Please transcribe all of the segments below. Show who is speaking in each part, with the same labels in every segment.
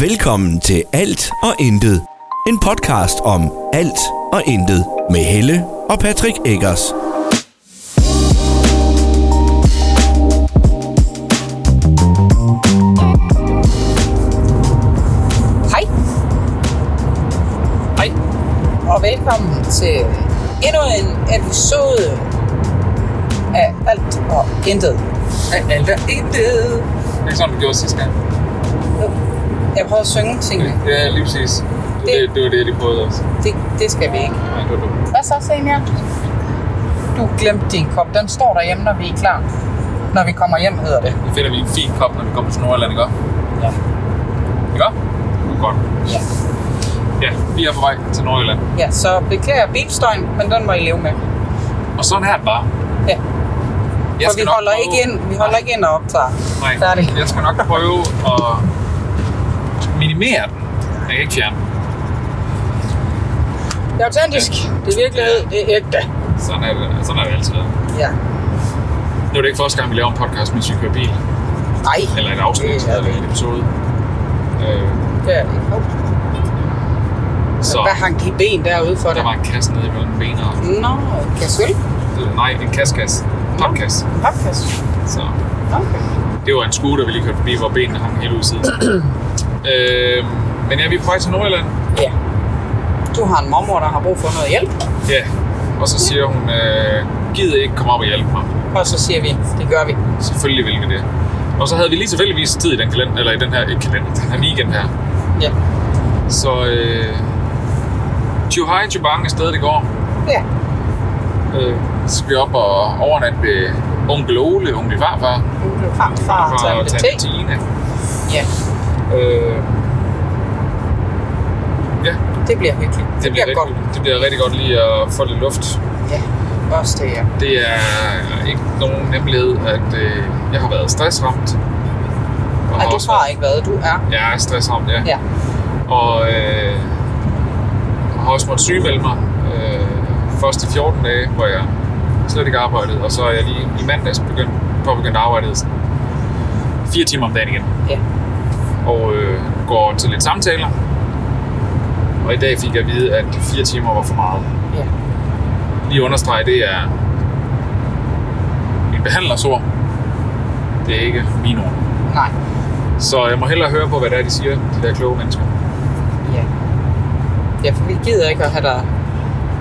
Speaker 1: Velkommen til Alt og Intet. En podcast om alt og intet med Helle og Patrick Eggers.
Speaker 2: Hej
Speaker 3: Hej.
Speaker 2: og velkommen til endnu en episode af Alt og Intet.
Speaker 3: Af alt og intet. Det er sådan, du gjorde sidste gang.
Speaker 2: Nu, jeg prøver at synge tingene.
Speaker 3: Ja, lige præcis. Det,
Speaker 2: Det-
Speaker 3: det, det var det, jeg lige prøvede også.
Speaker 2: Det, det skal vi ikke.
Speaker 3: Nej, det var dumt.
Speaker 2: Hvad så, Senior? Du glemte din kop. Den står derhjemme, når vi er klar. Når vi kommer hjem, hedder det.
Speaker 3: Nu finder vi en fin kop, når vi kommer til Nordjylland, ikke? også?
Speaker 2: Ja.
Speaker 3: Ikke? også? Det er Godt.
Speaker 2: ja.
Speaker 3: Ja, vi er på vej til Nordjylland.
Speaker 2: ja så beklager bilstøjen, men den må I leve med.
Speaker 3: Og sådan her bare.
Speaker 2: Ja.
Speaker 3: Jeg
Speaker 2: For vi
Speaker 3: nok
Speaker 2: holder,
Speaker 3: prøve-
Speaker 2: ikke ind, vi holder ikke ind og optager.
Speaker 3: Nej,
Speaker 2: Der er det.
Speaker 3: jeg skal nok prøve at minimere den. Jeg kan ikke fjerne den.
Speaker 2: Det er autentisk. Det er virkelighed. Det er ægte.
Speaker 3: Sådan er det, sådan er det altid.
Speaker 2: Ja.
Speaker 3: Nu er det ikke første gang, vi laver en podcast, mens vi kører bil.
Speaker 2: Nej.
Speaker 3: Eller et afsnit,
Speaker 2: Det er
Speaker 3: eller
Speaker 2: det.
Speaker 3: en episode. Øh,
Speaker 2: Det er det. Hov.
Speaker 3: så
Speaker 2: Hvad hang de ben derude for
Speaker 3: der
Speaker 2: dig?
Speaker 3: var en kasse nede mellem benene. og-
Speaker 2: Nå, kassøl.
Speaker 3: Eller Nej, en kaskas. Podcast.
Speaker 2: Papkasse.
Speaker 3: Så
Speaker 2: Okay.
Speaker 3: det var en scooter, vi lige kørte forbi, hvor benene hang helt ud i siden. øh, men ja, vi er på vej til Nordjylland.
Speaker 2: Ja. Du har en mormor, der har brug for noget hjælp.
Speaker 3: Ja. Og så siger hun, øh, gider I ikke komme op og hjælpe mig?
Speaker 2: Og så siger vi, det gør vi.
Speaker 3: Selvfølgelig vil vi det. Og så havde vi lige tilfældigvis tid i den kalender, eller i den her, ikke kalender, den her weekend her.
Speaker 2: Ja.
Speaker 3: Så øh, Chuhai Chubang er stedet i går.
Speaker 2: Ja.
Speaker 3: Øh, så skal vi op og overnatte ved onkel Ole, onkel farfar,
Speaker 2: Far, far,
Speaker 3: og
Speaker 2: tante
Speaker 3: tante
Speaker 2: te.
Speaker 3: Tine.
Speaker 2: Ja,
Speaker 3: Øh, ja,
Speaker 2: det bliver hyggeligt.
Speaker 3: Det bliver, rigtig, godt. det bliver rigtig godt lige at få lidt luft.
Speaker 2: Ja, også det, ja.
Speaker 3: Det er ikke nogen hemmelighed, at øh, jeg har været stressramt. Og
Speaker 2: Ej, du
Speaker 3: også
Speaker 2: har
Speaker 3: været-
Speaker 2: ikke været, du er.
Speaker 3: Jeg er stressramt, ja.
Speaker 2: Ja.
Speaker 3: Og øh, har også måttet sygemelde mig øh, først i 14 dage, hvor jeg slet ikke arbejdede. Og så er jeg lige i mandags begyndt, påbegyndt arbejdet sådan fire timer om dagen igen.
Speaker 2: Ja.
Speaker 3: og øh, går til lidt samtaler. Og i dag fik jeg at vide, at fire timer var for meget.
Speaker 2: Ja.
Speaker 3: Lige understrege, det er min behandlers ord. Det er ikke min ord.
Speaker 2: Nej.
Speaker 3: Så jeg må hellere høre på, hvad det er, de siger, de der kloge mennesker.
Speaker 2: Ja. Ja, for vi gider ikke at have dig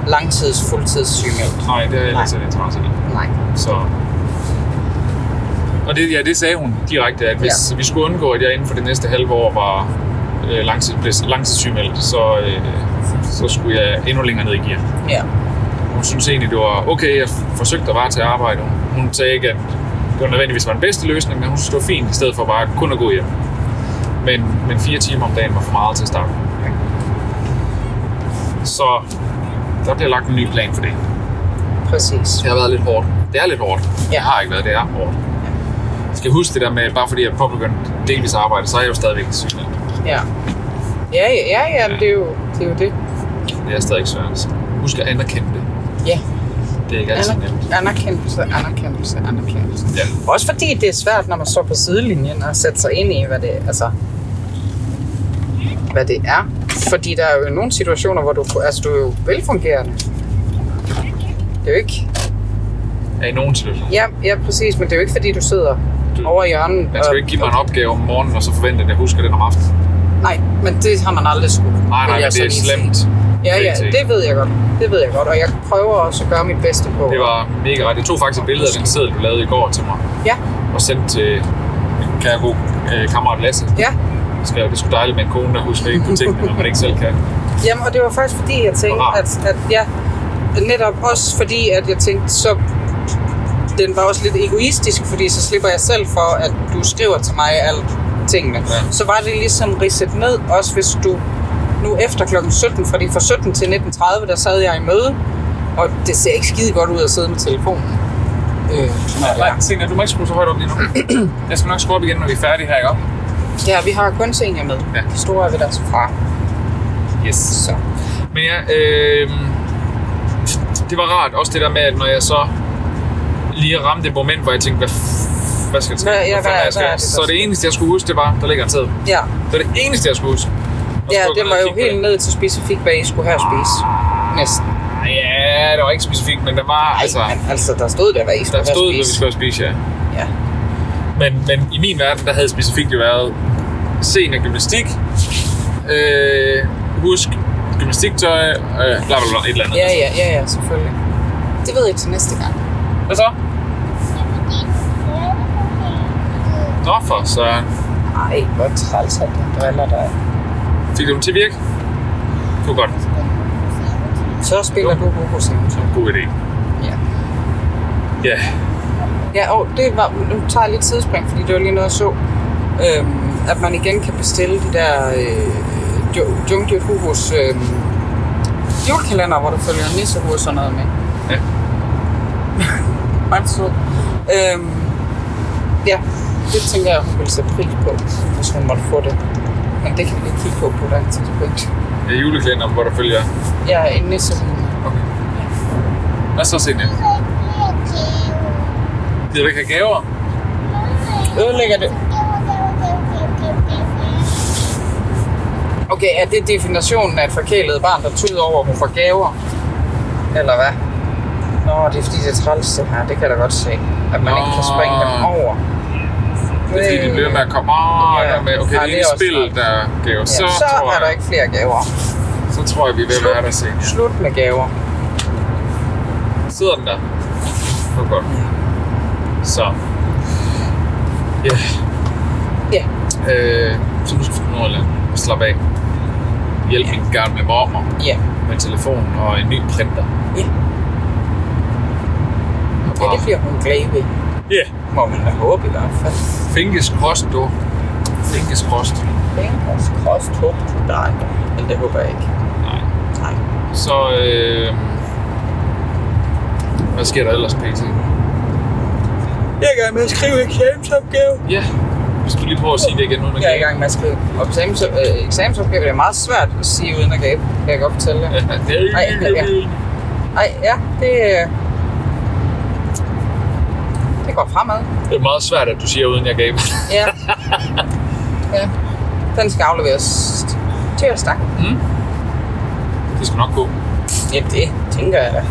Speaker 2: langtids, fuldtids sygemeldt.
Speaker 3: Nej, det er jeg ikke særlig interesse i.
Speaker 2: Nej.
Speaker 3: Så... Og det, ja, det sagde hun direkte, at hvis ja. vi skulle undgå, at jeg inden for det næste halve år var øh, langtid, blev langtidssygemeldt, så, øh, så skulle jeg endnu længere ned i gear.
Speaker 2: Ja.
Speaker 3: Hun synes egentlig, det var okay, jeg forsøgte at varetage arbejde. Hun- Hun sagde ikke, at det var nødvendigvis var den bedste løsning, men hun synes, det var fint, i stedet for bare kun at gå hjem. Men, men fire timer om dagen var for meget til at starte. med. Så der bliver lagt en ny plan for det.
Speaker 2: Præcis.
Speaker 3: Det har været lidt hårdt. Det er lidt hårdt.
Speaker 2: Ja.
Speaker 3: Det har ikke været, det er hårdt. Jeg skal huske det der med, bare fordi jeg påbegyndte delvis arbejde, så er jeg jo stadigvæk sygemeldt.
Speaker 2: Ja. Ja, ja, ja, ja, men det er jo det. Er jo det.
Speaker 3: Det er stadig svært. Så Husk at anerkende det.
Speaker 2: Ja.
Speaker 3: Det er ikke altid nemt.
Speaker 2: Aner- anerkendelse, anerkendelse, anerkendelse.
Speaker 3: Ja.
Speaker 2: Også fordi det er svært, når man står på sidelinjen og sætter sig ind i, hvad det, altså, hvad det er. Fordi der er jo nogle situationer, hvor du, altså, du er jo velfungerende. Det er jo ikke...
Speaker 3: Er i nogen situationer.
Speaker 2: Ja, ja, præcis, men det er jo ikke, fordi du sidder
Speaker 3: Du-
Speaker 2: over i hjørnet.
Speaker 3: Man skal jo ikke give mig en opgave om morgenen, og så forvente, at jeg husker den om aftenen.
Speaker 2: Nej, men det har man aldrig skulle.
Speaker 3: Nej,
Speaker 2: vil
Speaker 3: nej,
Speaker 2: jeg
Speaker 3: men
Speaker 2: så
Speaker 3: det er
Speaker 2: lige sige.
Speaker 3: slemt.
Speaker 2: Ja, ja,
Speaker 3: pt.
Speaker 2: det ved jeg godt. Det ved jeg godt, og jeg prøver også at gøre mit bedste på.
Speaker 3: Det var mega ret. Jeg tog faktisk et billede af den seddel, du lavede i går til mig,
Speaker 2: Ja,
Speaker 3: og sendte til min kære god øh, kammerat Lasse.
Speaker 2: ja.
Speaker 3: Jeg skrev, det skulle dejligt med en kone, der husker ikke på tingene, når man ikke selv kan.
Speaker 2: Jamen, og det var faktisk fordi, jeg tænkte,
Speaker 3: Hvor
Speaker 2: at, at ja, netop også fordi, at jeg tænkte, så den var også lidt egoistisk, fordi så slipper jeg selv for, at du skriver til mig alle tingene. Ja.
Speaker 3: Ja.
Speaker 2: Så var det ligesom ridset ned, også hvis du nu efter kl. 17, fordi fra 17 til 19.30, der sad jeg i møde, og det ser ikke skide godt ud at sidde med telefonen. Øh,
Speaker 3: Nej, Sina, du må ikke skrue så højt op lige nu. Jeg skal nok skrue op igen, når vi er færdige her, ikke?
Speaker 2: ja, vi har kun senior med.
Speaker 3: Ja.
Speaker 2: De store er ved deres far.
Speaker 3: Yes.
Speaker 2: Så.
Speaker 3: Men ja, øh, det var rart også det der med, at når jeg så lige ramte et moment, hvor jeg tænkte, hvad f- hvad skal jeg
Speaker 2: Hvad- ja,
Speaker 3: fanden
Speaker 2: hvad-
Speaker 3: jeg skal?
Speaker 2: hvad er det, der
Speaker 3: så det eneste, jeg skulle huske, det var, der ligger en sæd.
Speaker 2: Ja,
Speaker 3: Det var det eneste, jeg skulle huske. Og så
Speaker 2: ja
Speaker 3: skulle jeg gå
Speaker 2: det
Speaker 3: ned
Speaker 2: var jo
Speaker 3: og kigge på
Speaker 2: helt
Speaker 3: det.
Speaker 2: ned til specifikt, hvad I skulle have at spise. Næsten.
Speaker 3: Ja, det var ikke specifikt, men der var,
Speaker 2: Ej,
Speaker 3: altså,
Speaker 2: men altså, der stod der, hvad I
Speaker 3: der
Speaker 2: skulle
Speaker 3: stod,
Speaker 2: have
Speaker 3: hvad
Speaker 2: at
Speaker 3: vi
Speaker 2: spise.
Speaker 3: skulle spise, ja.
Speaker 2: Ja.
Speaker 3: Men, men i min verden, der havde specifikt jo været sen af gymnastik, øh, husk gymnastiktøj, øh, bla bla bla, et eller andet.
Speaker 2: ja, ja, ja, ja, selvfølgelig. Det ved jeg til næste gang.
Speaker 3: Hvad så? Nå for søren.
Speaker 2: Ej, hvor træls at den driller dig.
Speaker 3: Fik du dem til virke? Det var godt.
Speaker 2: Så spiller du Bobo Simpson.
Speaker 3: God idé.
Speaker 2: Ja.
Speaker 3: Ja.
Speaker 2: Ja, og det var, nu tager jeg lidt tidsspring, fordi det var lige noget, jeg så. Øhm, at man igen kan bestille de der øh, Jo- Junkie Hugos øh, julekalender, hvor du følger nissehue og sådan noget med.
Speaker 3: Ja.
Speaker 2: Meget sød. Øhm, ja, det tænker jeg, hun ville sætte pris på, hvis hun måtte få det. Men det kan vi lige kigge på på et andet tidspunkt.
Speaker 3: Det er juleklænder, hvor der følger.
Speaker 2: Jeg er en nissehue.
Speaker 3: Okay. Hvad så, Senja? Gider du ikke have gaver?
Speaker 2: Ødelægger det. Okay, er det definitionen af et forkælet barn, der tyder over, at hun får gaver? Eller hvad? Nå, det er fordi, det er træls, det her. Det kan jeg da godt se. At man Nå. ikke kan springe dem
Speaker 3: Nå.
Speaker 2: over.
Speaker 3: Det er fordi, de bliver med at komme og
Speaker 2: Ja.
Speaker 3: ja. med, okay,
Speaker 2: Ja,
Speaker 3: det er
Speaker 2: det er
Speaker 3: ikke
Speaker 2: også
Speaker 3: spil,
Speaker 2: smart.
Speaker 3: der er gaver.
Speaker 2: Så,
Speaker 3: Så,
Speaker 2: ja, så
Speaker 3: tror
Speaker 2: er der
Speaker 3: jeg,
Speaker 2: ikke flere gaver.
Speaker 3: så tror jeg, vi er ved at være der, Senja.
Speaker 2: Slut med gaver.
Speaker 3: Sidder den der? Det var godt. Så. Ja.
Speaker 2: Ja,
Speaker 3: Øh, så nu skal vi finde Nordjylland og slappe af. Hjælp min gamle mormor
Speaker 2: ja,
Speaker 3: med en telefon og en ny printer.
Speaker 2: ja. Ja, det bliver hun glad ved.
Speaker 3: Ja. Yeah.
Speaker 2: Må man da håbe i hvert fald.
Speaker 3: Finkes Kost, du. Finkes Kost.
Speaker 2: Fingers crossed, håber du dig. Men det håber jeg ikke.
Speaker 3: Nej.
Speaker 2: Nej.
Speaker 3: Så, øh, hvad sker der ellers, PT?
Speaker 2: Jeg er i gang med at skrive eksamensopgave.
Speaker 3: Ja, hvis du lige prøver at sige det igen, uden at
Speaker 2: Jeg er i
Speaker 3: gabe.
Speaker 2: gang med at skrive eksamens, øh, eksamensopgave. Det er meget svært at sige uden at gabe, kan jeg godt fortælle jer.
Speaker 3: Ja, det er
Speaker 2: Ej, ja. Ej, ja, det, øh, det går fremad.
Speaker 3: Det er meget svært, at du siger, uden jeg gaber.
Speaker 2: Ja. ja. Den skal afleveres tirsdag.
Speaker 3: Hmm? Det skal nok gå.
Speaker 2: Ja, det tænker jeg da.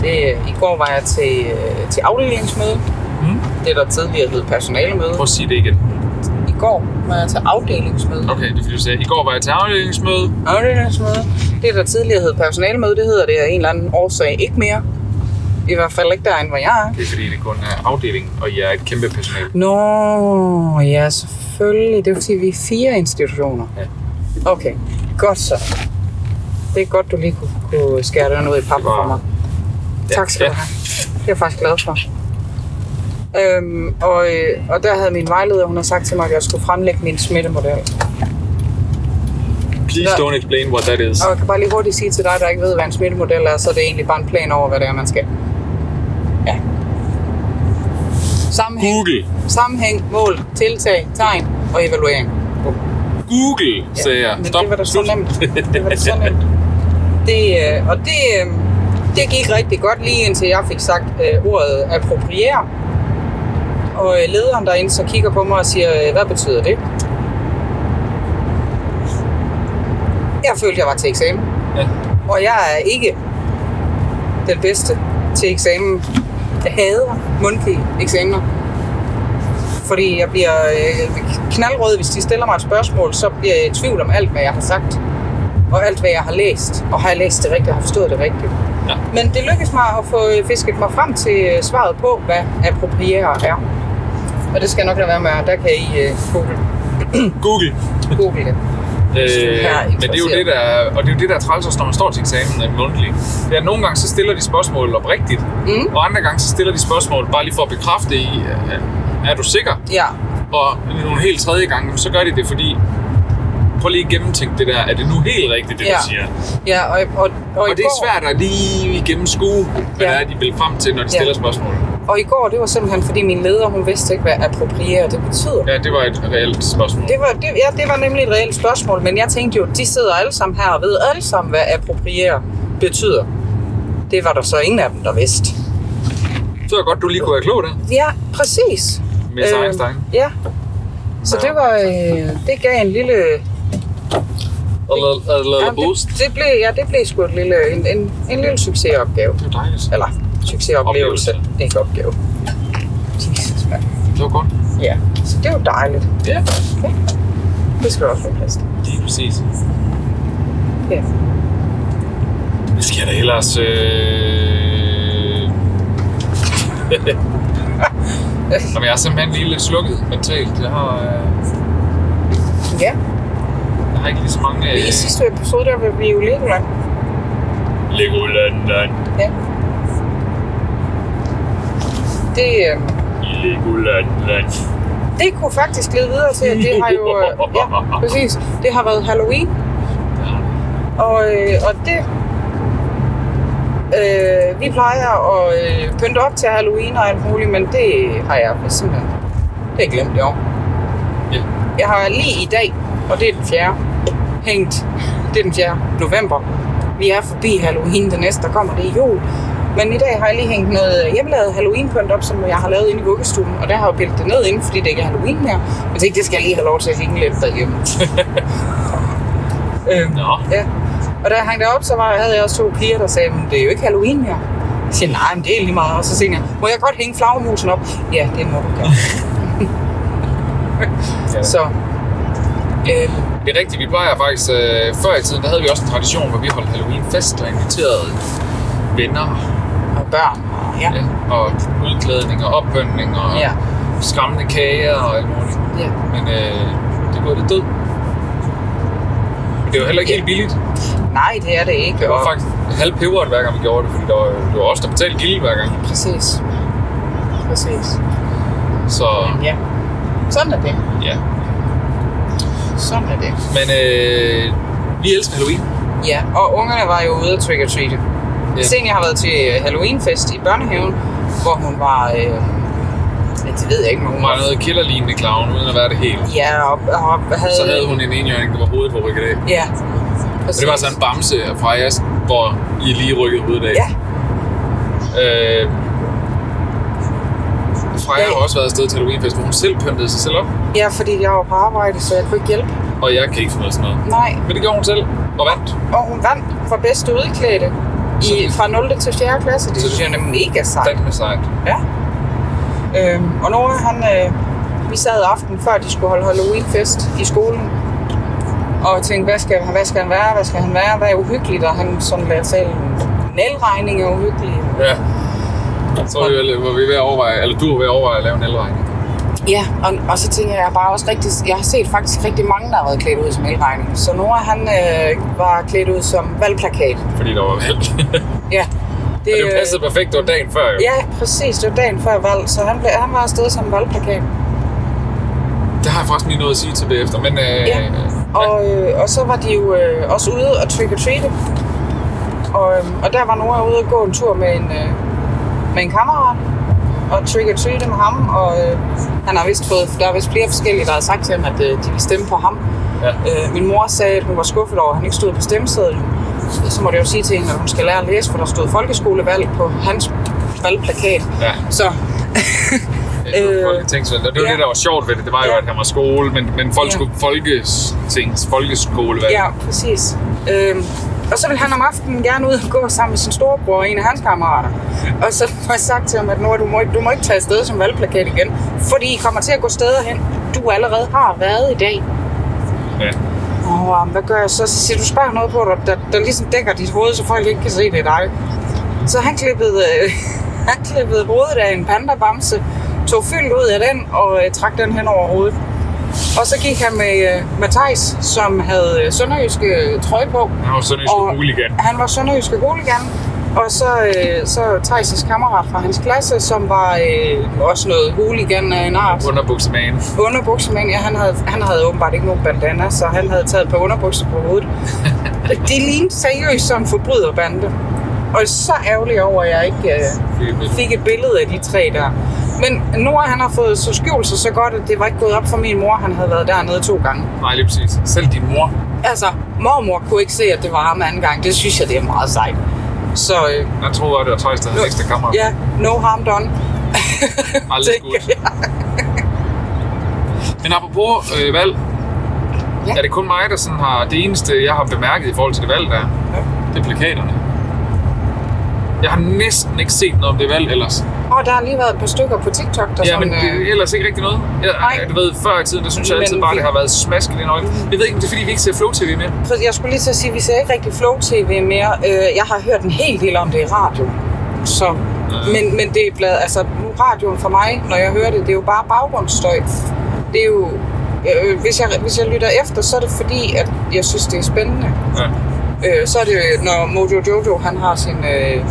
Speaker 2: Det, øh, I går var jeg til, øh, til afdelingsmøde.
Speaker 3: Mm.
Speaker 2: Det, der tidligere hed personalemøde.
Speaker 3: Prøv at sige det igen.
Speaker 2: I går var jeg til afdelingsmøde.
Speaker 3: Okay, det er fordi, du sagde, i går var jeg til afdelingsmøde.
Speaker 2: afdelingsmøde. Det, der tidligere hed personalemøde, det hedder det af en eller anden årsag ikke mere. I hvert fald ikke derinde, hvor jeg er.
Speaker 3: Det er fordi, det kun er afdelingen, og jeg er et kæmpe personale.
Speaker 2: Nå, ja, selvfølgelig. Det er fordi, vi er fire institutioner.
Speaker 3: Ja.
Speaker 2: Okay, godt så. Det er godt, du lige kunne, kunne skære den ud i pap
Speaker 3: Det var-
Speaker 2: for mig.
Speaker 3: Ja,
Speaker 2: Tak skal du
Speaker 3: ja.
Speaker 2: have. Det er jeg faktisk glad for. Øhm, og, øh, og der havde min vejleder, hun har sagt til mig, at jeg skulle fremlægge min smittemodel.
Speaker 3: Please
Speaker 2: Nå.
Speaker 3: don't explain what that is.
Speaker 2: Og jeg kan bare lige hurtigt sige til dig, der ikke ved, hvad en smittemodel er, så er det egentlig bare en plan over, hvad det er, man skal. Ja. Sammenhæng,
Speaker 3: Google.
Speaker 2: sammenhæng mål, tiltag, tegn og evaluering.
Speaker 3: Google, sagde jeg.
Speaker 2: Men
Speaker 3: Stop.
Speaker 2: det var da så
Speaker 3: Slut.
Speaker 2: nemt. Det var da så nemt. Det, øh, og det, øh, det gik rigtig godt lige indtil jeg fik sagt øh, ordet appropriere. Og øh, lederen derinde så kigger på mig og siger, øh, hvad betyder det? Jeg følte, jeg var til eksamen.
Speaker 3: Ja.
Speaker 2: Og jeg er ikke den bedste til eksamen. Jeg hader mundtlige eksamener. Fordi jeg bliver øh, knaldrød, hvis de stiller mig et spørgsmål, så bliver jeg i tvivl om alt, hvad jeg har sagt. Og alt, hvad jeg har læst. Og har jeg læst det rigtigt, og har forstået det rigtigt.
Speaker 3: Ja.
Speaker 2: Men det lykkedes mig at få øh, fisket mig frem til øh, svaret på, hvad appropriere er. Og det skal jeg nok lade være med, og der kan I øh, google,
Speaker 3: Google.
Speaker 2: google det.
Speaker 3: Øh,
Speaker 2: Jeg er
Speaker 3: men det er jo
Speaker 2: interesseret.
Speaker 3: det, der, er- og det er jo det, der er træls også, når man står til eksamen af mundtlig. Det er, at nogle gange så stiller de spørgsmål op rigtigt,
Speaker 2: Mm.
Speaker 3: og andre gange så stiller de spørgsmål bare lige for at bekræfte i, øh, er du sikker?
Speaker 2: Ja,
Speaker 3: Og nogle helt tredje gange, så gør de det, fordi prøv lige at gennemtænke det der. Er det nu helt rigtigt, det
Speaker 2: Ja.
Speaker 3: du siger?
Speaker 2: ja og, og, og, i
Speaker 3: Og det er
Speaker 2: går-
Speaker 3: svært at lige gennemskue, hvad
Speaker 2: Ja.
Speaker 3: ja. det er, de vil frem til, når de
Speaker 2: Ja.
Speaker 3: stiller spørgsmål.
Speaker 2: Og i går, det var simpelthen, fordi min leder, hun vidste ikke, hvad appropriere det betyder.
Speaker 3: Ja, det var et reelt spørgsmål.
Speaker 2: Det var, det, ja, det var nemlig et reelt spørgsmål, men jeg tænkte jo, de sidder alle sammen her og ved alle sammen, hvad appropriere betyder. Det var der så ingen af dem, der vidste.
Speaker 3: Så er det godt, du lige kunne være klog der.
Speaker 2: Ja, præcis. Øhm,
Speaker 3: Miss øh, Einstein.
Speaker 2: Ja. Så
Speaker 3: Ja.
Speaker 2: det var, øh, det gav en lille...
Speaker 4: Og lavet- og lavet
Speaker 2: det,
Speaker 4: boost.
Speaker 2: det, blev, ja, det blev sgu et lille, en, en, en lille succesopgave.
Speaker 3: Det var dejligt.
Speaker 2: Eller succesoplevelse.
Speaker 3: Oplevelse.
Speaker 2: Det er ikke opgave. Jesus, mand.
Speaker 3: Det var godt.
Speaker 2: Ja, så det var dejligt.
Speaker 3: Ja,
Speaker 2: Det skal du også være plads til.
Speaker 3: lige præcis.
Speaker 2: Ja.
Speaker 3: Det skal da ellers... Øh... Jamen, jeg er simpelthen lige lidt slukket mentalt. Jeg har, øh,
Speaker 2: ja.
Speaker 3: jeg har ikke lige så mange... øh,
Speaker 2: I sidste episode, der var vi jo Legoland.
Speaker 3: Legoland.
Speaker 2: Ja. Det, øh,
Speaker 3: I Legoland.
Speaker 2: det kunne faktisk lede videre til, at det har jo... Øh, ja, præcis. Det har været Halloween. Og, øh, og det... Øh, vi plejer at øh, pynte op til Halloween og alt muligt, men det har jeg simpelthen... Det er glemt i år.
Speaker 3: Ja.
Speaker 2: Jeg har lige i dag, og det er den 4. hængt. Det er den 4. november. Vi er forbi Halloween, det næste der kommer det er jul. Men i dag har jeg lige hængt noget hjemmelavet halloween pynt op, som jeg har lavet inde i vuggestuen. Og der har jeg jo pillet det ned inden, fordi det ikke er Halloween mere. Men jeg tænkte, det skal jeg lige have lov til at hænge lidt derhjemme. øhm,
Speaker 3: Nå,
Speaker 2: Ja. Og da jeg hang derop, så var, havde jeg også to piger, der sagde, men det er jo ikke Halloween mere. Jeg siger, nej, men det er lige meget. Og så siger jeg, må jeg godt hænge flagermusen op? Ja, det må du gøre.
Speaker 3: Ja.
Speaker 2: Så, øh,
Speaker 3: det er rigtigt. Vi plejer faktisk... Øh, før i tiden, der havde vi også en tradition, hvor vi holdt Halloween-fest og inviterede venner.
Speaker 2: og børn. og- Ja.
Speaker 3: Ja. Og udklædning og oppøndning og
Speaker 2: Ja.
Speaker 3: skræmmende kager og alt muligt.
Speaker 2: ja.
Speaker 3: Men øh, det er gået lidt død. Men det var heller ikke helt billigt.
Speaker 2: Nej, det er det ikke.
Speaker 3: Det var
Speaker 2: og-
Speaker 3: faktisk halv peberet, hver gang vi gjorde det, fordi det var, det var os, der betalte gilde hver gang.
Speaker 2: Præcis. Præcis.
Speaker 3: Så
Speaker 2: Ja. Sådan er det.
Speaker 3: ja.
Speaker 2: Sådan er det.
Speaker 3: Men øh, vi elsker Halloween.
Speaker 2: Ja, og ungerne var jo ude at trick or treat.
Speaker 3: Ja.
Speaker 2: Yeah. Senior har været til øh, Halloweenfest i børnehaven, hvor hun var... Øh, ja, det ved jeg ikke, men hun
Speaker 3: Hun var
Speaker 2: var...
Speaker 3: noget killerlignende clown, uden at være det helt.
Speaker 2: Ja, og, og havde...
Speaker 3: Så havde hun en enhjørning, der var hovedet var rykket af.
Speaker 2: Ja.
Speaker 3: Og det var sådan en bamse fra Ask, hvor I lige rykkede hovedet af.
Speaker 2: Ja,
Speaker 3: Øh, Freja
Speaker 2: Ja.
Speaker 3: har også været afsted til Halloweenfest, hvor hun selv pyntede sig selv op.
Speaker 2: ja, fordi jeg var på arbejde, så jeg kunne ikke hjælpe.
Speaker 3: Og jeg kan ikke finde ud af sådan noget.
Speaker 2: Nej,
Speaker 3: Men det gjorde hun selv, og vandt.
Speaker 2: og hun vandt for bedste udklædte i,
Speaker 3: Så-
Speaker 2: fra 0. til 4. klasse. Det
Speaker 3: Så-
Speaker 2: synes jeg er mega sejt.
Speaker 3: Fandme sejt.
Speaker 2: Ja. Øhm, og Nora, han, øh, vi sad aften før, de skulle holde Halloweenfest i skolen. Og tænkte, hvad skal, hvad skal han være, hvad skal han være, hvad er uhyggeligt? Og han sådan lagde selv, nælregning er uhyggelig.
Speaker 3: Ja. Så var vi, ved- var vi ved at overveje, eller du var ved at overveje at lave en elregning.
Speaker 2: Ja, og, og så tænker jeg bare også rigtig, jeg har set faktisk rigtig mange, der har været klædt ud som elregning. Så Nora, han øh, var klædt ud som valgplakat.
Speaker 3: Fordi der var valg.
Speaker 2: Ja,
Speaker 3: det, det passede perfekt, det var dagen før jo.
Speaker 2: øh, Ja, præcis. Det var dagen før valg, så han, blev, han var afsted som valgplakat.
Speaker 3: Det har jeg faktisk lige noget at sige til bagefter, men... Øh,
Speaker 2: Ja. Og, øh, og så var de jo øh, også ude og trick or treate. Og, øh, og der var Nora ude og gå en tur med en, øh, med en kammerat og trick or treate med ham. Og øh, han har vist fået, der er vist flere forskellige, der har sagt til ham, at øh, de vil stemme på ham.
Speaker 3: Ja.
Speaker 2: Øh, min mor sagde, at hun var skuffet over, at han ikke stod på stemmesedlen. Så måtte jeg jo sige til hende, at hun skal lære at læse, for der stod folkeskolevalg på hans valgplakat.
Speaker 3: Ja.
Speaker 2: Så
Speaker 3: Øh, folketingsvalg. Og det var
Speaker 2: ja.
Speaker 3: det, der var sjovt ved det. Det var jo,
Speaker 2: Ja.
Speaker 3: at han var skole, men, men folk
Speaker 2: Ja.
Speaker 3: skulle folketings, folkeskolevalg.
Speaker 2: Ja, præcis. Øhm, og så vil han om aftenen gerne ud og gå sammen med sin storebror og en af hans kammerater. Og så har jeg sagt til ham, at Nora, du må, ikke- du må ikke tage afsted som valgplakat igen, fordi I kommer til at gå steder hen, du allerede har været i dag.
Speaker 3: Ja.
Speaker 2: Og hvad gør jeg så? Så siger du, spørg noget på dig, der, der ligesom dækker dit hoved, så folk ikke kan se, det er dig. Så han klippede, øh, han klippede hovedet af en pandabamse, tog fyldt ud af den og øh, trak den hen over hovedet. Og så gik han med, øh, med Thijs, som havde øh, sønderjyske trøje på.
Speaker 3: Han var jo sådan en
Speaker 2: Og
Speaker 3: hooligan.
Speaker 2: Han var sønderjyske hooligan. Og så, øh, så Thijs' kammerat fra hans klasse, som var øh, også noget hooligan af en art
Speaker 3: Underbuksemand.
Speaker 2: underbuksemand. Ja, han havde, han havde åbenbart ikke nogen bandana, så han havde taget et par underbukser på hovedet. det lignede seriøst som en forbryderbande. Og så ærgerlig over, at jeg ikke øh, fik et billede af de tre der. Men Nora, han har fået så skjult sig så godt, at det var ikke gået op for min mor, han havde været dernede to gange.
Speaker 3: Nej, lige præcis. Selv din mor.
Speaker 2: Altså, mormor kunne ikke se, at det var ham anden gang. Det synes jeg, det er meget sejt. Så øh,
Speaker 3: Han troede, at det var Thijs, der havde en ekstra kammerat.
Speaker 2: ja, no harm done.
Speaker 3: Aldrig skudt.
Speaker 2: tænker jeg.
Speaker 3: Men apropos øh, valg,
Speaker 2: Ja.
Speaker 3: ja. er det kun mig, der sådan har det eneste, jeg har bemærket i forhold til det valg, der er,
Speaker 2: Ja.
Speaker 3: det er plakaterne. Jeg har næsten ikke set noget om det valg ellers.
Speaker 2: Og der har lige været et par stykker på TikTok, der
Speaker 3: Ja, men
Speaker 2: sådan, øh,
Speaker 3: det er ellers ikke rigtig noget.
Speaker 2: Nej.
Speaker 3: Jeg, du ved, før i tiden, der synes jeg
Speaker 2: Men
Speaker 3: altid bare,
Speaker 2: vi- Mm.
Speaker 3: det har været smasket i nøglen. Jeg ved ikke, om det er fordi, vi ikke ser Flow TV mere.
Speaker 2: Prøv, Jeg skulle lige så sige, at vi ser ikke rigtig Flow TV mere. Øh, Jeg har hørt en hel del om det i radio. Så, men, men det er blevet, altså nu radioen for mig, når jeg hører det, det er jo bare baggrundsstøj. Det er jo, øh, hvis, jeg, hvis jeg lytter efter, så er det fordi, at jeg synes, det er spændende.
Speaker 3: Ja.
Speaker 2: Øh, så er det, når Mojo Jojo, han har sin, øh,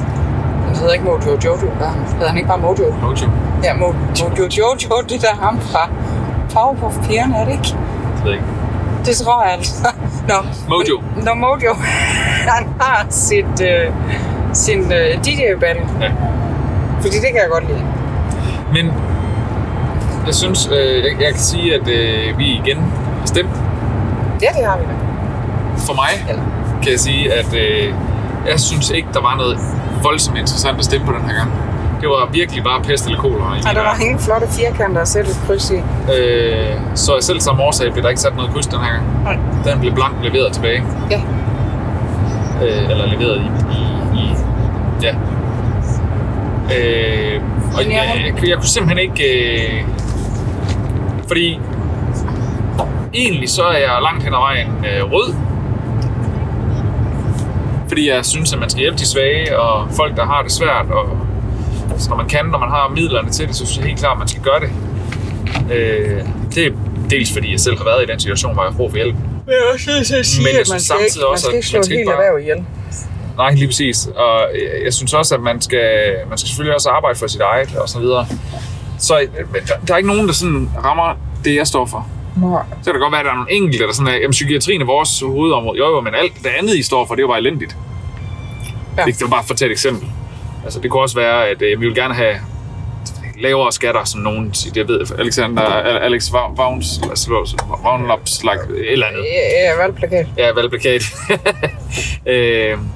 Speaker 2: han hedder ikke Mojo Jojo, hvad han- hedder han ikke bare Mojo?
Speaker 3: Mojo.
Speaker 2: Ja, Mo, Mojo Jojo, det der ham fra Powerpuff Pigerne, er det ikke?
Speaker 3: Jeg ved ikke.
Speaker 2: Det tror jeg altså. Nå.
Speaker 3: Mojo.
Speaker 2: Når Mojo han har sit, øh, sin øh, DJ-battle.
Speaker 3: Ja.
Speaker 2: Fordi det kan jeg godt lide.
Speaker 3: Men jeg synes, øh, jeg, jeg kan sige, at øh, vi igen har stemt.
Speaker 2: Ja, det har vi da.
Speaker 3: For mig kan jeg sige, at øh, jeg synes ikke, der var noget voldsomt interessant at stemme på den her gang. Det var virkelig bare pest eller kolera. i
Speaker 2: Og der
Speaker 3: min
Speaker 2: var ingen flotte firkanter at sætte et kryds i.
Speaker 3: verden. Øh, så af selv samme årsag blev der ikke sat noget kryds den her gang.
Speaker 2: Nej.
Speaker 3: Den blev blankt leveret tilbage.
Speaker 2: Ja.
Speaker 3: øh, eller leveret i, i, i ja. Øh, og
Speaker 2: Men
Speaker 3: jeg,
Speaker 2: jeg-
Speaker 3: jeg, jeg, jeg kunne simpelthen ikke, øh, fordi egentlig så er jeg langt hen ad vejen øh, rød, fordi jeg synes, at man skal hjælpe de svage og folk, der har det svært, og så når man kan, når man har midlerne til det, så synes jeg helt klart, at man skal gøre det. Øh, det er dels fordi, jeg selv har været i den situation, hvor jeg har brug for hjælp.
Speaker 2: Men jeg også nødt til at
Speaker 3: sige, Men jeg at man synes skal samtidig ikke- også,
Speaker 2: man skal
Speaker 3: at
Speaker 2: ikke slå
Speaker 3: man
Speaker 2: et
Speaker 3: skal ikke
Speaker 2: helt
Speaker 3: bare-
Speaker 2: erhverv ihjel.
Speaker 3: Nej, lige præcis. Og øh, jeg synes også, at man skal, man skal selvfølgelig også arbejde for sit eget og så videre. Så øh, men der, der er ikke nogen, der sådan rammer det, jeg står for.
Speaker 2: Nå.
Speaker 3: Så kan det godt være, at der er nogle enkelte, der sådan er, jamen psykiatrien er vores hovedområde. Jo, jo, men alt det andet, I står for, det er jo bare elendigt.
Speaker 2: Ja.
Speaker 3: Ja. Det, det var bare for at tage et eksempel. Altså, det kunne også være, at øh, vi vil gerne have lavere skatter, som nogen siger. Jeg ved, Alexander, Al- Alex Vagns, Vagns, eller andet.
Speaker 2: Ja, valgplakat.
Speaker 3: Ja, valgplakat. øh,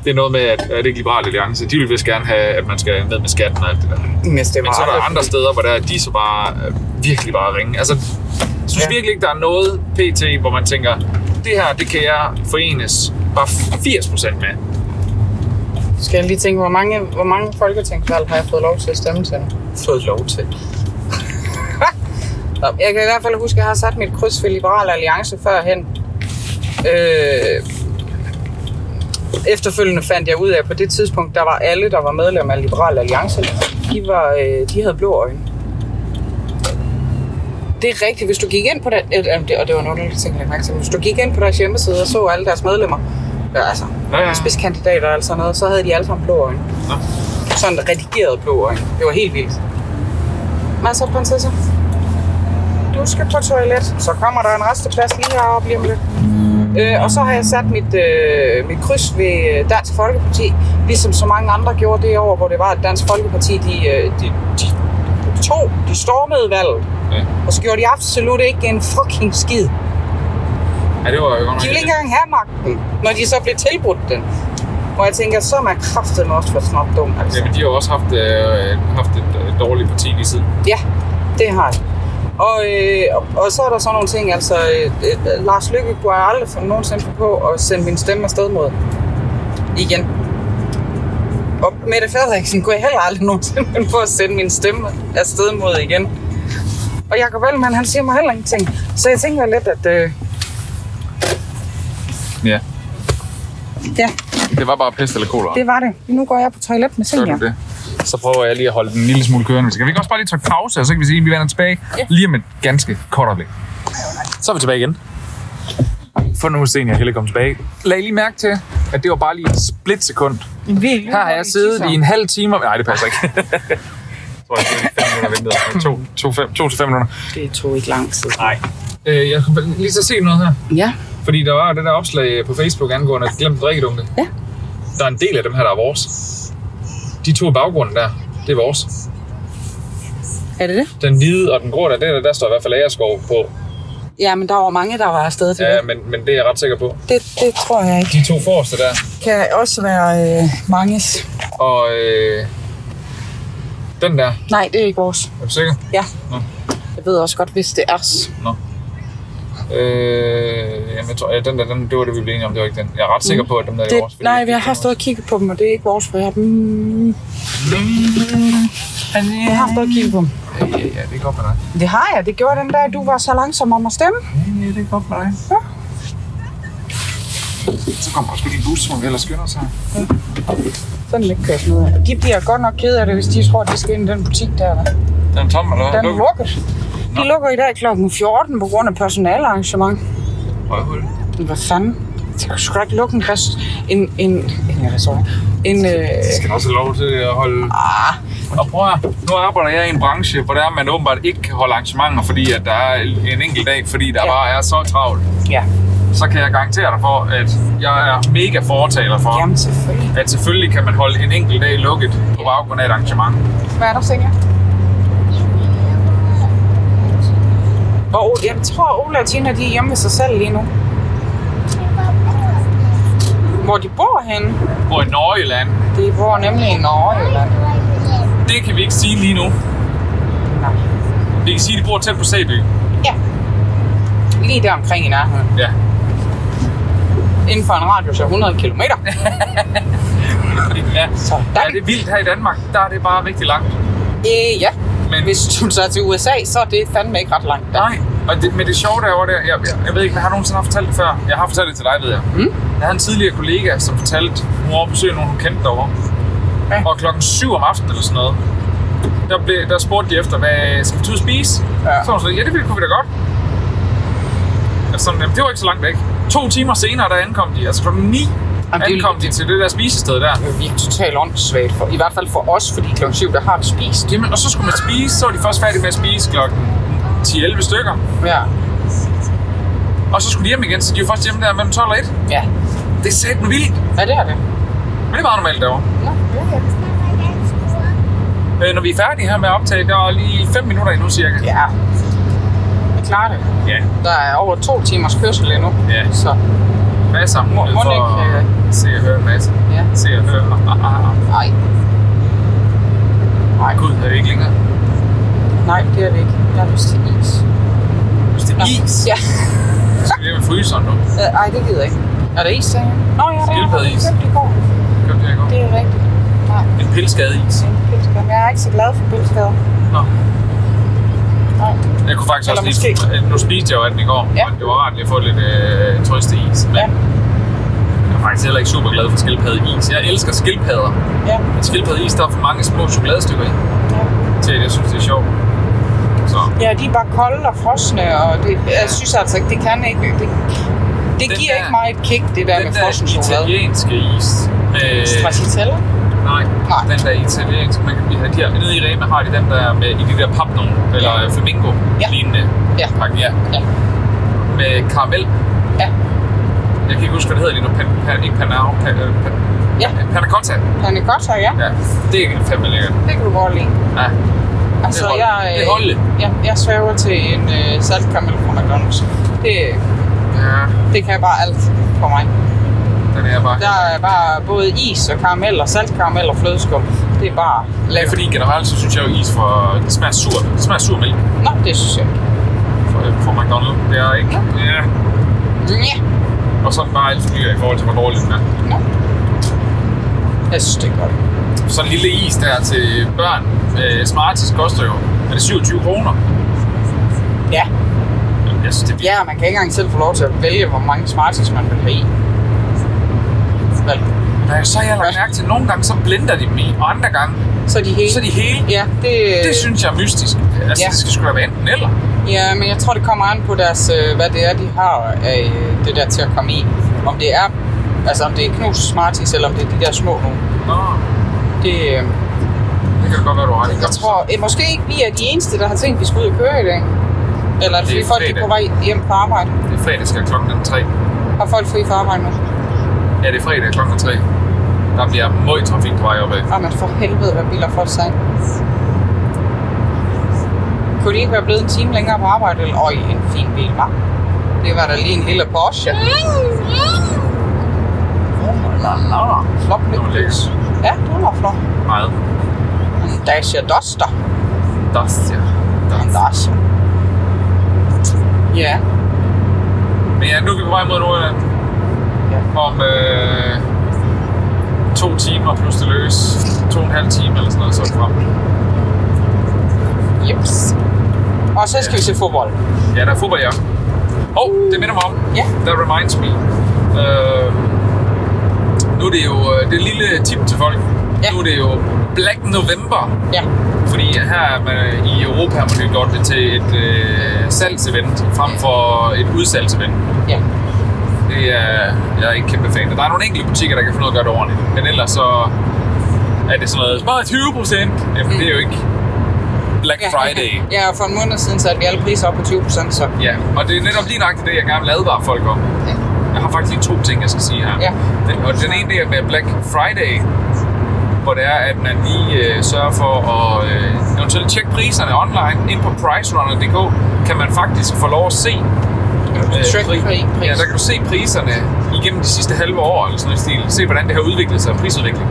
Speaker 3: det er noget med, at, at det ikke Liberale Alliance, de vil vist gerne have, at man skal ned med skatten og alt det der.
Speaker 2: Men stemmer
Speaker 3: Men så er der
Speaker 2: aldrig.
Speaker 3: andre steder, hvor der, er, de så bare øh, virkelig bare ringe. Altså, jeg synes
Speaker 2: Ja.
Speaker 3: ja. virkelig ikke, der er noget pt, hvor man tænker, det her, det kan jeg forenes bare 80% med.
Speaker 2: Skal jeg lige tænke, hvor mange, hvor mange folketingsvalg har jeg fået lov til at stemme til? Fået lov til? jeg kan i hvert fald huske, at jeg har sat mit kryds ved Liberal Alliance førhen. Øh, efterfølgende fandt jeg ud af, at på det tidspunkt, der var alle, der var medlem af Liberal Alliance, de, var, øh, de havde blå øjne. Det er rigtigt, hvis du gik ind på der, øh, det- og det var nogle af de ting, jeg lagde mærke til, men hvis du gik ind på deres hjemmeside og så alle deres medlemmer, ja, altså,
Speaker 3: Ja, ja.
Speaker 2: spidskandidater og alt sådan noget, så havde de alle sammen blå øjne.
Speaker 3: Nå.
Speaker 2: Sådan redigeret blå øjne. Det var helt vildt. Masser af prinsesse. Du skal på toilet. Så kommer der en resteplads lige heroppe lige om lidt. Øh, og så har jeg sat mit, øh, mit kryds ved øh, Dansk Folkeparti, ligesom så mange andre gjorde det år, hvor det var, at Dansk Folkeparti, de, øh, de, de tog, de stormede valget,
Speaker 3: Ja.
Speaker 2: og så gjorde de absolut ikke en fucking skid.
Speaker 3: ja, det var jo godt nok
Speaker 2: De ville ikke
Speaker 3: heldigt.
Speaker 2: engang have magten, når de så blev tilbudt den. Hvor jeg tænker, så er man kraftedeme også for snart dum, altså.
Speaker 3: Jamen, de har jo også haft, øh, haft et, et dårligt parti lige siden.
Speaker 2: Ja, det har jeg. Og, øh, og, og så er der sådan nogle ting, altså øh, øh, Lars Lykke kunne jeg aldrig få nogensinde finde på at sende min stemme afsted mod igen. Og Mette Frederiksen kunne jeg heller aldrig nogensinde finde på at sende min stemme afsted mod igen. Og Jacob Ellemann, han siger mig heller ingenting. Så jeg tænker lidt, at øh,
Speaker 3: Ja,
Speaker 2: ja,
Speaker 3: det var bare pest eller kolera.
Speaker 2: det var det. Nu går jeg på toilet med
Speaker 3: Gør
Speaker 2: senior.
Speaker 3: du det? Så prøver jeg lige at holde den en lille smule kørende. Så kan vi ikke også bare lige trykke pause, og så kan vi sige, at vi vender tilbage lige om et ganske kort øjeblik. Så er vi tilbage igen. For nu er Senior Helle kommet tilbage. Lag lige mærke til, at det var bare lige et splitsekund. Her har jeg siddet i en halv time. og- Nej, det passer ikke. Jeg tror, jeg sidder i fem minutter og ventede. To, to, fem, to til fem minutter.
Speaker 2: Det tog ikke lang tid.
Speaker 3: Nej. Øh, jeg kunne lige så se noget her.
Speaker 2: Ja,
Speaker 3: Fordi der var jo det der opslag på Facebook angående glemt drikkedunke.
Speaker 2: Ja.
Speaker 3: Der er en del af dem her, der er vores. De to i baggrunden der, det er vores.
Speaker 2: er det det?
Speaker 3: Den hvide og den grå der, der, der står i hvert fald Agerskov på.
Speaker 2: Ja, men der var mange, der var afsted til
Speaker 3: Ja,
Speaker 2: det.
Speaker 3: men, men det er jeg ret sikker på.
Speaker 2: det. Det tror jeg ikke.
Speaker 3: De to forreste der.
Speaker 2: kan også være øh, manges.
Speaker 3: Og øh, den der,
Speaker 2: Nej, det er ikke vores.
Speaker 3: er du sikker?
Speaker 2: Ja.
Speaker 3: Nå.
Speaker 2: Jeg ved også godt, hvis det er os.
Speaker 3: Nå. Øh, jamen, jeg tror, ja, den der, den, det var det, vi blev enige om. Det var ikke den. Jeg er ret sikker på, at dem der er i
Speaker 2: Det,
Speaker 3: vores. fordi
Speaker 2: nej,
Speaker 3: jeg
Speaker 2: jeg
Speaker 3: fik
Speaker 2: har
Speaker 3: dem
Speaker 2: stået og kigget på dem, og det er ikke vores, for jeg har dem... Jeg har stået og kigget på dem.
Speaker 3: også. Ja, ja, ja, det er godt for dig.
Speaker 2: Det har jeg. Det gjorde den dag, du var så langsom om at stemme.
Speaker 3: Ja, ja, det er godt for dig.
Speaker 2: Ja.
Speaker 3: Så kommer der sgu lige en bus, som ellers skynder sig.
Speaker 2: Sådan lidt kørt ned. ad. De bliver godt nok ked af det, hvis de tror, at de skal ind i den butik der. der.
Speaker 3: Den er tom, eller hvad?
Speaker 2: Den er
Speaker 3: Luk.
Speaker 2: lukket. De lukker i dag kl. 14 på grund af personalarrangement.
Speaker 3: Røvhul.
Speaker 2: Men Hvad fanden? Det kan sgu da ikke lukke en, rest, en, en, en, restaurant. en, øh,
Speaker 3: Jeg skal også have lov til at holde... Ah. Og prøv at, høre, nu arbejder jeg i en branche, hvor der man åbenbart ikke kan holde arrangementer, fordi at der er en enkelt dag, fordi der
Speaker 2: Ja.
Speaker 3: ja. bare er så travlt.
Speaker 2: ja,
Speaker 3: Så kan jeg garantere dig for, at jeg er mega fortaler for,
Speaker 2: jamen selvfølgelig.
Speaker 3: at selvfølgelig kan man holde en enkelt dag lukket på baggrund af et arrangement.
Speaker 2: Hvad er der, Senja? Og jeg tror, Ola og Tina, de er hjemme ved sig selv lige nu. Hvor de bor henne?
Speaker 3: Hvor i Norgeland,
Speaker 2: De bor nemlig i Norge, eller?
Speaker 3: det kan vi ikke sige lige nu.
Speaker 2: Nej.
Speaker 3: Vi kan sige, at de bor tæt på Sæby.
Speaker 2: Ja. Lige der omkring i nærheden.
Speaker 3: Ja.
Speaker 2: Inden for en radius af 100 km.
Speaker 3: Ja.
Speaker 2: Sådan.
Speaker 3: ja, det er vildt her i Danmark. Der er det bare rigtig langt.
Speaker 2: Øh, ja.
Speaker 3: Men-
Speaker 2: Hvis du tager til USA, så er det fandme ikke ret langt. Der.
Speaker 3: Nej, og det, men det sjove derovre der, jeg, jeg, jeg ved ikke, om jeg har nogensinde har fortalt det før. Jeg har fortalt det til dig, ved jeg. Mm. Jeg havde en tidligere kollega, som fortalte, hun var oppe og besøge nogen, hun kendte derovre.
Speaker 2: Ja.
Speaker 3: Ja. Og klokken 7 om aftenen eller sådan noget, der, blev, der spurgte de efter, hvad skal vi tage ud og spise?
Speaker 2: Ja.
Speaker 3: Ja. Så var hun sådan, ja, det ville kunne vi da godt. Altså, sådan, jamen, det var ikke så langt væk. To timer senere, der ankom de. Altså klokken 9
Speaker 2: Jamen, det er-
Speaker 3: ankom de til det der spisested der.
Speaker 2: Vi er totalt åndssvagt, for, i hvert fald for os, fordi klokken 7, der har vi spist.
Speaker 3: Jamen, og så skulle man spise, så var de først færdige med at spise klokken 10-11 stykker.
Speaker 2: Ja.
Speaker 3: Og så skulle de hjem igen, så de var først hjemme der mellem 12 og 1.
Speaker 2: Ja,
Speaker 3: Det er satme vildt,
Speaker 2: ja det er det.
Speaker 3: men det er meget normalt derovre.
Speaker 2: Ja, ja, ja.
Speaker 3: Øh, når vi er færdige her med at optage, der er lige 5 minutter endnu cirka.
Speaker 2: ja. Vi klarer det.
Speaker 3: ja.
Speaker 2: Der er over to timers kørsel endnu.
Speaker 3: Ja.
Speaker 2: Så
Speaker 3: Masser af mulighed
Speaker 2: Mon- mon
Speaker 3: for
Speaker 2: ikke, øh,
Speaker 3: at se og høre en masse.
Speaker 2: ja,
Speaker 3: Se og høre. Ah, ah, ah.
Speaker 2: nej. Nej,
Speaker 3: Gud, er det ikke længere?
Speaker 2: nej, det er det ikke. Jeg har lyst til is.
Speaker 3: Hvis det er is,
Speaker 2: Ja.
Speaker 3: så er det med fryseren nu.
Speaker 2: Øh, Ej, det gider jeg ikke. Er det is, sagde jeg? Nå ja, det er
Speaker 3: Skildpaddeis.
Speaker 2: Det i går.
Speaker 3: Køb det her i går.
Speaker 2: Det er rigtigt. Nej,
Speaker 3: En pilskade is.
Speaker 2: det er en pilsgade. Men Jeg er ikke så glad for pilskader.
Speaker 3: Nå.
Speaker 2: Nej.
Speaker 3: Jeg kunne faktisk
Speaker 2: Eller
Speaker 3: også lige... øh, Nu spiste jeg jo af den i går,
Speaker 2: Ja.
Speaker 3: og det var rart lige at få lidt øh, trøste is. Men
Speaker 2: Ja.
Speaker 3: jeg er faktisk heller ikke super glad for skildpaddeis. Jeg elsker skildpadder.
Speaker 2: Ja.
Speaker 3: Men skildpaddeis, der er for mange små chokoladestykker i,
Speaker 2: ja.
Speaker 3: til at jeg synes, det er sjovt. Så
Speaker 2: Ja, de er bare kolde og frosne, og det, jeg synes altså ikke, det kan ikke. Det, det
Speaker 3: Den
Speaker 2: giver
Speaker 3: der-
Speaker 2: ikke mig et kick, det der
Speaker 3: den
Speaker 2: med
Speaker 3: der
Speaker 2: frossen chokolade.
Speaker 3: italienske is med...
Speaker 2: Stracciatella?
Speaker 3: Nej,
Speaker 2: Nej.
Speaker 3: den der italienske, man kan blive her. De her nede i Rema har de den der med i de der pap nogen, eller øh,
Speaker 2: Ja.
Speaker 3: flamingo lignende
Speaker 2: Ja.
Speaker 3: pakke, ja.
Speaker 2: Ja.
Speaker 3: Med karamel.
Speaker 2: Ja.
Speaker 3: Jeg kan ikke huske, hvad det hedder lige nu. Pan, pan, ikke panau, pan, øh, pan,
Speaker 2: Ja,
Speaker 3: panna cotta.
Speaker 2: han er godt her, ja.
Speaker 3: Ja, det er fandme lækkert.
Speaker 2: Det kan du godt lide.
Speaker 3: Ja.
Speaker 2: Altså,
Speaker 3: Det er
Speaker 2: jeg,
Speaker 3: hold-
Speaker 2: øh,
Speaker 3: det er holdet.
Speaker 2: Ja, jeg svæver til en øh, saltkaramel fra McDonald's. Det,
Speaker 3: ja,
Speaker 2: det kan bare alt for mig.
Speaker 3: den er bare...
Speaker 2: Der er bare både is og karamel og saltkaramel og flødeskum. Det er bare
Speaker 3: Det er
Speaker 2: lækkert.
Speaker 3: fordi generelt, så synes jeg jo is for... Det smager surt. Det smager sur mælk
Speaker 2: Nå, det synes jeg. ikke.
Speaker 3: fra, fra McDonald's. Det er ikke... Ja.
Speaker 2: Ja.
Speaker 3: Og så er den bare alt for dyr i forhold til, hvor dårlig den er.
Speaker 2: Nå. Jeg synes, det er godt.
Speaker 3: Sådan en lille is der til børn. Øh, Smarties koster jo, er det 27 kroner?
Speaker 2: Ja.
Speaker 3: Jeg synes, det er vildt.
Speaker 2: Ja, og man kan ikke engang selv få lov til at vælge, hvor mange Smarties man vil have i. Vel,
Speaker 3: Ja. Så har jeg lagt mærke til, at nogle gange så blender de dem i, og andre gange,
Speaker 2: så er de hele.
Speaker 3: så er de hele.
Speaker 2: Ja, det,
Speaker 3: Det synes jeg er mystisk. Altså,
Speaker 2: Ja.
Speaker 3: ja. det skal sgu da være enten eller.
Speaker 2: ja, men jeg tror, det kommer an på deres, øh, hvad det er, de har af øh, det der til at komme i. Om det er, altså om det er knust Smarties, eller om det er de der små nogle.
Speaker 3: Nå,
Speaker 2: Det, øh,
Speaker 3: det kan da godt være, du har ret i.
Speaker 2: jeg tror, øh, måske ikke vi er de eneste, der har tænkt, at vi skal ud og køre i dag. Eller er det
Speaker 3: Det
Speaker 2: fordi
Speaker 3: er
Speaker 2: folk de er
Speaker 3: fredag.
Speaker 2: på vej hjem fra arbejde?
Speaker 3: Det er fredag, skal klokken den 3.
Speaker 2: Har folk fri fra arbejde nu?
Speaker 3: Ja, det er fredag klokken 3. Der bliver meget trafik på vej opad.
Speaker 2: Ah, men for helvede, hvad biler folk sig. Kunne de ikke være blevet en time længere på arbejde? Eller, øj, en fin bil, hva'? Det var da lige en lille Porsche. Flot
Speaker 3: Det var
Speaker 2: lyd.
Speaker 3: lækkert.
Speaker 2: Ja, det var flot.
Speaker 3: Meget.
Speaker 2: En Dacia Duster.
Speaker 3: Dust, ja.
Speaker 2: En Dacia. Ja.
Speaker 3: nu er vi på vej mod Nordjylland.
Speaker 2: Ja.
Speaker 3: Om øh, to timer plus det løs. To og en halv time eller sådan noget, så er vi frem.
Speaker 2: Jeps. Og så skal vi se fodbold.
Speaker 3: Ja, der er fodbold, ja. Og det minder mig om,
Speaker 2: Ja.
Speaker 3: that reminds me. Øh, nu er det jo øh, det lille tip til folk.
Speaker 2: Ja.
Speaker 3: Nu er det jo Black November.
Speaker 2: Ja.
Speaker 3: Fordi her er man, øh, i Europa har man jo gjort det til et øh, salgsevent frem for et udsalgsevent.
Speaker 2: Ja.
Speaker 3: Det er, jeg er ikke kæmpe fan. af. Der er nogle enkelte butikker, der kan finde ud af at gøre det ordentligt. Men ellers så er det sådan noget, bare 20 procent. Jamen, det er jo ikke Black Friday.
Speaker 2: Ja, og for en måned siden satte vi alle priser op på 20 procent, så
Speaker 3: Ja, og det er netop lige nøjagtigt det, jeg gerne vil advare folk om.
Speaker 2: ja.
Speaker 3: Jeg har faktisk lige to ting, jeg skal sige her.
Speaker 2: Ja.
Speaker 3: Den, og den ene, det er med Black Friday, hvor det er, at man lige øh, sørger for at øh, eventuelt tjekke priserne online. Ind på pricerunner.dk kan man faktisk få lov at se øh,
Speaker 2: track
Speaker 3: pri-
Speaker 2: pris.
Speaker 3: Ja, der kan du se priserne igennem de sidste halve år, eller sådan noget stil. Se, hvordan det har udviklet sig, prisudvikling.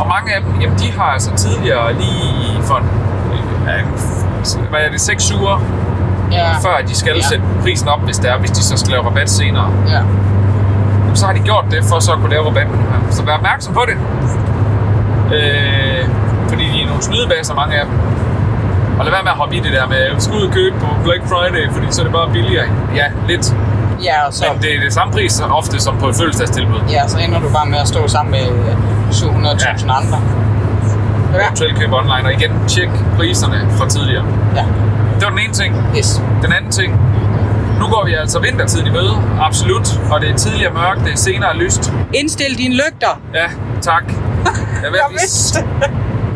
Speaker 3: Og mange af dem, jamen, de har altså tidligere lige for en, øh, ja, en- hvad er det, 6 uger
Speaker 2: ja.
Speaker 3: før de skal
Speaker 2: Ja.
Speaker 3: ja. sætte prisen op, hvis, det er, hvis de så skal lave rabat senere.
Speaker 2: Ja.
Speaker 3: Så har de gjort det for så at kunne lave rabatten her. Så vær opmærksom på det. Øh, fordi de er nogle snydebaser, mange af dem. Og lad være med at hoppe i det der med, at vi skal ud og købe på Black Friday, fordi så er det bare billigere. Ja, lidt.
Speaker 2: ja, og så,
Speaker 3: Men det er det samme pris så ofte som på et fødselsdagstilbud.
Speaker 2: ja, så ender du bare med at stå sammen med øh, 700.000
Speaker 3: Ja.
Speaker 2: andre. Ja.
Speaker 3: Eventuelt købe online, og igen, tjek priserne fra tidligere.
Speaker 2: ja.
Speaker 3: Det var den ene ting.
Speaker 2: Yes.
Speaker 3: Den anden ting, nu går vi altså vintertiden i møde, absolut, og det er tidligere mørkt, det er senere lyst.
Speaker 2: Indstil dine lygter.
Speaker 3: Ja, tak. Jeg er ved at
Speaker 2: Jeg
Speaker 3: blive
Speaker 2: vidste.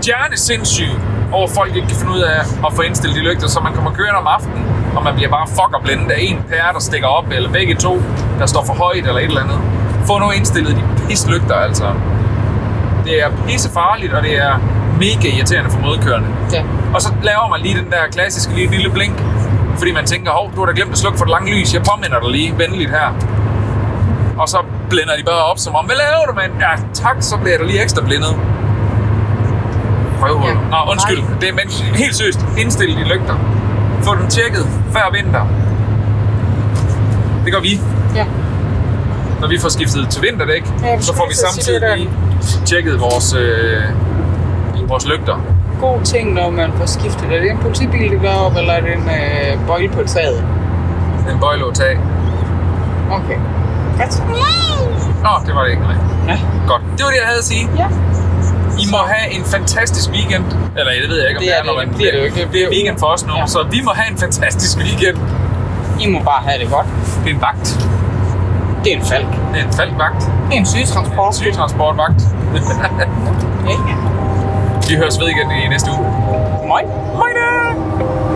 Speaker 3: stjernesindssyg over, at folk ikke kan finde ud af at få indstillet de lygter, så man kommer kørende om aftenen, og man bliver bare fucker blændet af en pære, der stikker op, eller begge to, der står for højt, eller et eller andet. Få nu indstillet de pislygter, altså. Det er pissefarligt, og det er mega irriterende for modkørende.
Speaker 2: Ja.
Speaker 3: Og så laver man lige den der klassiske lige lille blink, fordi man tænker, hov, du har da glemt at slukke for det lange lys, jeg påminder dig lige venligt her. Og så blænder de bare op som om, hvad laver du, mand? Ja, tak, så bliver jeg da lige ekstra blændet. Røvhul.
Speaker 2: Ja.
Speaker 3: Ja. Nå, undskyld, det er men helt seriøst, indstil de lygter. Få dem tjekket hver vinter. Det gør vi.
Speaker 2: ja.
Speaker 3: Når vi får skiftet til vinterdæk,
Speaker 2: Ja, jeg
Speaker 3: så får
Speaker 2: skulle
Speaker 3: vi
Speaker 2: lige til at sige, det er
Speaker 3: samtidig lige tjekket vores, øh, vores lygter.
Speaker 2: God ting, når man får skiftet. Er det en politibil, der går op, eller er det en øh, bøjle på taget?
Speaker 3: En bøjle at tage.
Speaker 2: Okay. Godt.
Speaker 3: Nå, det var det ikke, nej.
Speaker 2: Ja.
Speaker 3: Godt. Det var det, jeg havde at sige.
Speaker 2: Ja.
Speaker 3: I må have en fantastisk weekend. Eller det ved jeg ikke, om
Speaker 2: Det
Speaker 3: det,
Speaker 2: er
Speaker 3: er, når
Speaker 2: det.
Speaker 3: man
Speaker 2: Det bliver det jo ikke.
Speaker 3: Det bliver weekend for os nu,
Speaker 2: Ja.
Speaker 3: ja. så vi må have en fantastisk weekend.
Speaker 2: I må bare have det godt.
Speaker 3: Det er en vagt.
Speaker 2: Det er en falk.
Speaker 3: Det er en falkvagt.
Speaker 2: Det er en sygetransport.
Speaker 3: En sygetransportvagt.
Speaker 2: Ja.
Speaker 3: vi høres ved igen i næste uge.
Speaker 2: Moin.
Speaker 3: Hej da!